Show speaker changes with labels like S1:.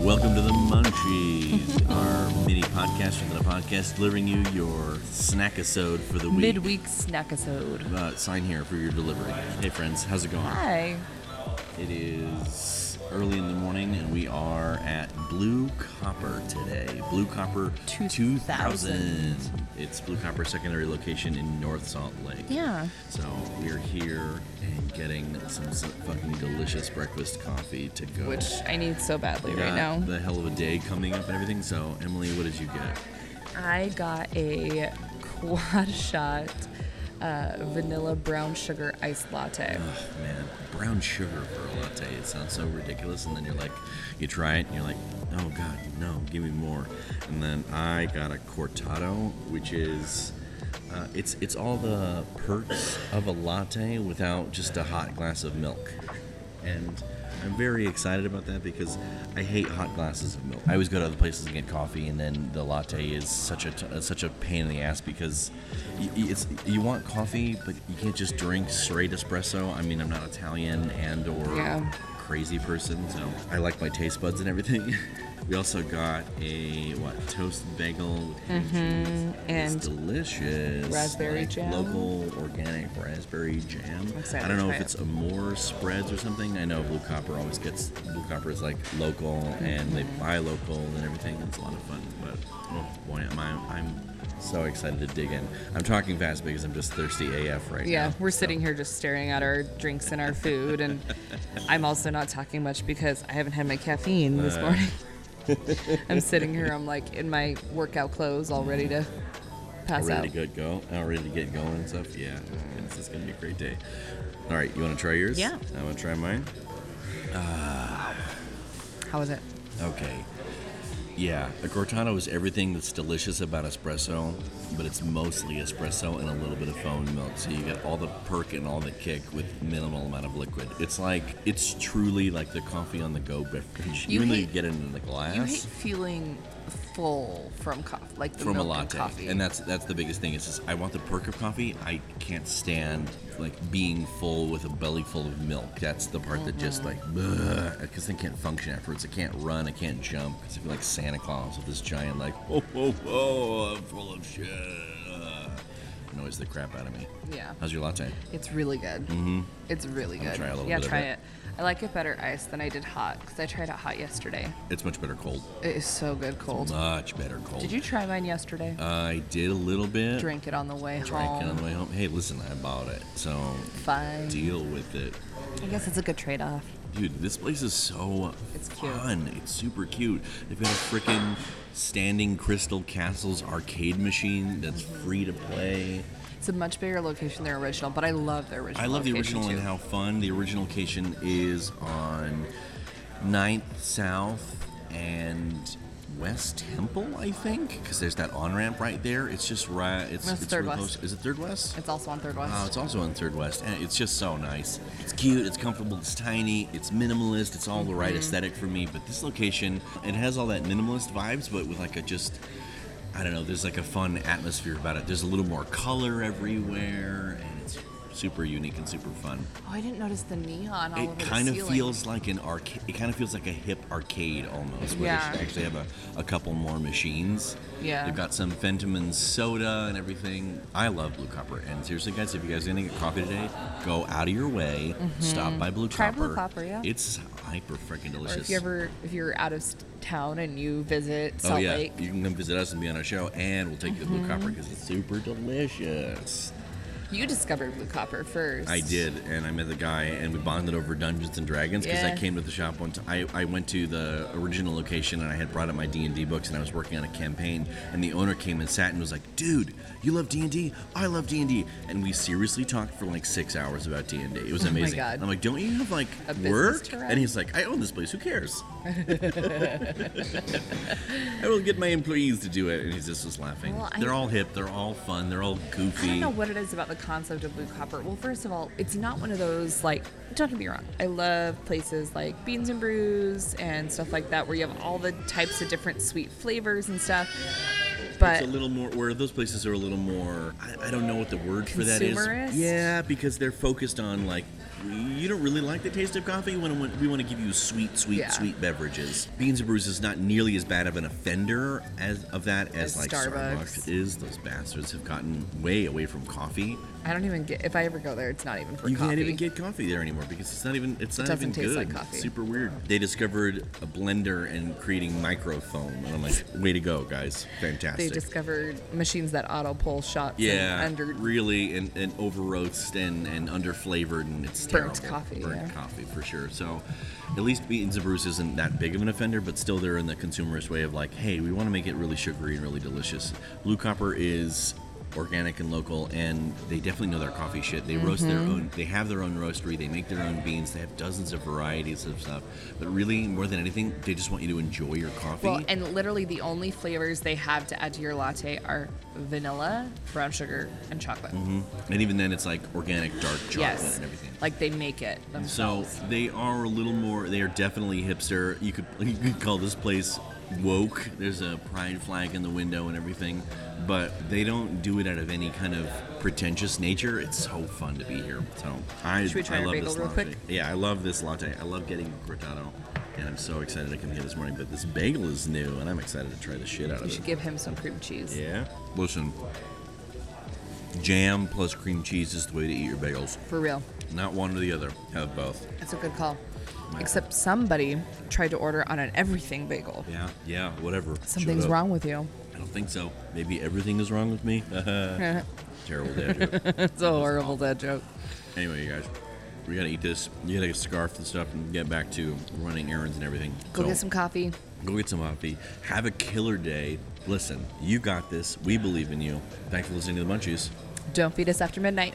S1: Welcome to the Munchies, our mini podcast within a podcast, delivering you your snackisode for the week.
S2: Midweek snackisode.
S1: Uh, sign here for your delivery. Hey friends, how's it going?
S2: Hi.
S1: It is early in the morning, and we are at Blue Copper today. Blue Copper
S2: 2000.
S1: 2000. It's Blue Copper secondary location in North Salt Lake.
S2: Yeah.
S1: So we're here and getting some s- fucking delicious breakfast coffee to go.
S2: Which I need so badly
S1: We got
S2: right now.
S1: The hell of a day coming up and everything. So Emily, what did you get?
S2: I got a quad shot uh, vanilla brown sugar iced latte.
S1: Oh, man, brown sugar for a latte. It sounds so ridiculous. And then you're like, you try it and you're like, oh God, no, give me more. And then I got a cortado, which is. Uh, it's it's all the perks of a latte without just a hot glass of milk, and I'm very excited about that because I hate hot glasses of milk. I always go to other places and get coffee, and then the latte is such a t- uh, such a pain in the ass because y- y- it's you want coffee, but you can't just drink straight espresso. I mean, I'm not Italian and or
S2: Yeah.
S1: crazy person, so I like my taste buds and everything. We also got a what toasted bagel with ham cheese.
S2: Mm-hmm, and
S1: it's delicious
S2: raspberry
S1: like
S2: jam.
S1: local organic raspberry jam.
S2: I'm excited
S1: I don't
S2: to
S1: know
S2: try
S1: if
S2: it.
S1: it's a more spreads or something. I know Blue Copper always gets Blue Copper is like local and they
S2: Mm-hmm.
S1: buy local and everything. It's a lot of fun, but oh boy, am I, I'm so excited to dig in. I'm talking fast because I'm just thirsty AF right now.
S2: Yeah, we're sitting here just staring at our drinks and our food, and I'm also not talking much because I haven't had my caffeine this
S1: Uh.
S2: morning. I'm sitting here, I'm like in my workout clothes, all ready to pass
S1: ready
S2: out.
S1: to get go, uh, ready to get going and stuff. Yeah, this is gonna be a great day. All right, you want to try yours?
S2: Yeah.
S1: I want to try mine.
S2: How was it?
S1: Okay. Yeah, a cortado is everything that's delicious about espresso, but it's mostly espresso and a little bit of foam milk. So you get all the perk and all the kick with minimal amount of liquid. It's like it's truly like the coffee on the go beverage.
S2: You
S1: Even though you
S2: hate-
S1: get it in the
S2: You
S1: glass
S2: hate feeling full from coffee, like the
S1: from a
S2: milk and
S1: latte,
S2: coffee.
S1: and that's that's the biggest thing. It's just I want the perk of coffee. I can't stand like being full with a belly full of milk. That's the part that just like
S2: Mm-hmm.
S1: because I can't function afterwards. I can't run. I can't jump. 'cause I feel like Santa Claus with this giant like whoa whoa whoa I'm full of shit. Uh, annoys the crap out of me.
S2: Yeah.
S1: How's your latte?
S2: It's really good. Mm-hmm. It's really good.
S1: try a little
S2: yeah,
S1: bit of
S2: try
S1: it.
S2: it. I like it better iced than I did hot because I tried it hot yesterday.
S1: It's much better cold.
S2: It is so good cold.
S1: Much better cold.
S2: Did you try mine yesterday?
S1: I did a little bit.
S2: Drink it on the way
S1: Drank
S2: home.
S1: Uh, it on the way home. Hey, listen, I bought it, so
S2: Mm-hmm. Fine.
S1: deal with it.
S2: I guess it's a good trade off.
S1: Dude, this place is so
S2: It's cute.
S1: fun. It's super cute. They've got a freaking standing Crystal Castles arcade machine that's free to play.
S2: It's a much bigger location than their original, but I love their original.
S1: I love the
S2: location,
S1: original and
S2: too.
S1: how fun. The original location is on 9th South and West Temple, I think, because there's that on ramp right there. It's just right. It's,
S2: That's
S1: it's
S2: Third
S1: really
S2: West.
S1: Close. Is it Third West?
S2: It's also on Third West.
S1: Oh, it's also on Third West, and it's just so nice. It's cute, it's comfortable, it's tiny, it's minimalist, it's all the right
S2: Mm-hmm.
S1: aesthetic for me. But this location, it has all that minimalist vibes, but with like a just, I don't know, there's like a fun atmosphere about it. There's a little more color everywhere, and it's super unique and super fun.
S2: oh, I didn't notice the neon all over
S1: It
S2: the
S1: kind of
S2: ceiling.
S1: feels like an arcade. It kind of feels like a hip arcade almost, where
S2: Yeah.
S1: they should actually have a, a couple more machines.
S2: Yeah.
S1: They've got some Fentiman soda and everything. I love Blue Copper. And seriously, guys, if you guys are gonna get coffee today, go out of your way, stop by Blue
S2: Mm-hmm. Try
S1: Copper.
S2: Blue Copper, yeah.
S1: It's hyper freaking
S2: Or
S1: delicious.
S2: if you ever, if you're out of s- town and you visit
S1: Oh
S2: Salt
S1: yeah,
S2: Lake, Mm-hmm.
S1: you can come visit us and be on our show, and we'll take you to Blue Copper because it's super delicious.
S2: you discovered Blue Copper first.
S1: I did, and I met the guy, and we bonded over Dungeons and Dragons because I
S2: Yeah.
S1: came to the shop one time. I, I went to the original location, and I had brought up my D and D books, and I was working on a campaign. And the owner came and sat and was like, "Dude, you love D and D? I love D and D." And we seriously talked for like six hours about D and D. It was
S2: Oh my
S1: amazing.
S2: God.
S1: I'm like, "Don't you have like
S2: A business
S1: work?"
S2: to run?
S1: And he's like, "I own this place. Who cares?" I will get my employees to do it. And he just was laughing.
S2: Well, I-
S1: they're all hip. They're all fun. They're all
S2: I
S1: goofy.
S2: don't know what it is about the concept of blue copper. Well, first of all, it's not one of those like. Don't get me wrong. I love places like Beans and Brews and stuff like that, where you have all the types of different sweet flavors and stuff. But
S1: it's a little more where those places are a little more I, I don't know what the word for that is
S2: Consumerist?
S1: yeah because they're focused on like you don't really like the taste of coffee. We want to we want to give you sweet, sweet,
S2: Yeah.
S1: sweet beverages. Beans and brews is not nearly as bad of an offender as of that as,
S2: As
S1: like
S2: Starbucks.
S1: is. Those bastards have gotten way away from coffee.
S2: I don't even get. If I ever go there, it's not even for
S1: you
S2: coffee.
S1: can't even get coffee there anymore because it's not even it's not
S2: doesn't
S1: even
S2: taste
S1: good.
S2: like coffee.
S1: It's super weird. They discovered a blender and creating microfoam, and I'm like, way to go, guys!
S2: they
S1: Fantastic.
S2: discovered machines that auto pull shots.
S1: yeah,
S2: And under
S1: really, and, and over roast and and under flavored, and it's
S2: Burnt
S1: terrible.
S2: coffee,
S1: burnt
S2: yeah.
S1: coffee for sure. So, at least beans and brews isn't that big of an offender, but still they're in the consumerist way of like, hey, we want to make it really sugary and really delicious. Blue Copper is organic and local, and they definitely know their coffee shit. They roast
S2: Mm-hmm.
S1: their own. They have their own roastery. They make their own beans. They have dozens of varieties of stuff. But really, more than anything, they just want you to enjoy your coffee.
S2: well, and literally the only flavors they have to add to your latte are vanilla, brown sugar, and chocolate.
S1: And even then, it's like organic dark Mm-hmm. chocolate
S2: Yes.
S1: and everything.
S2: Like they make it
S1: So
S2: themselves.
S1: they are a little more. They are definitely hipster. You could you could call this place woke. There's a pride flag in the window and everything, but they don't do it out of any kind of pretentious nature. It's so fun to be here. So I
S2: Should we try
S1: I
S2: our
S1: love
S2: bagel
S1: this
S2: real
S1: latte.
S2: quick?
S1: Yeah, I love this latte. I love getting cortado, and I'm so excited I come here this morning. But this bagel is new, and I'm excited to try the shit out
S2: you
S1: of it.
S2: should give him some cream cheese.
S1: yeah. Listen, jam plus cream cheese is the way to eat your bagels.
S2: For real.
S1: Not one or the other. Have both.
S2: That's a good call. Except somebody tried to order on an everything bagel.
S1: Yeah, yeah, whatever.
S2: Something's
S1: Shut up.
S2: wrong with you.
S1: I don't think so. Maybe everything is wrong with me.
S2: it's
S1: Terrible dad joke.
S2: a horrible dad joke.
S1: Anyway, you guys, we gotta eat this. You gotta scarf and stuff and get back to running errands and everything.
S2: Go
S1: So,
S2: get some coffee.
S1: Go get some coffee. Have a killer day. Listen, you got this. We believe in you. Thanks for listening to the Munchies.
S2: Don't feed us after midnight.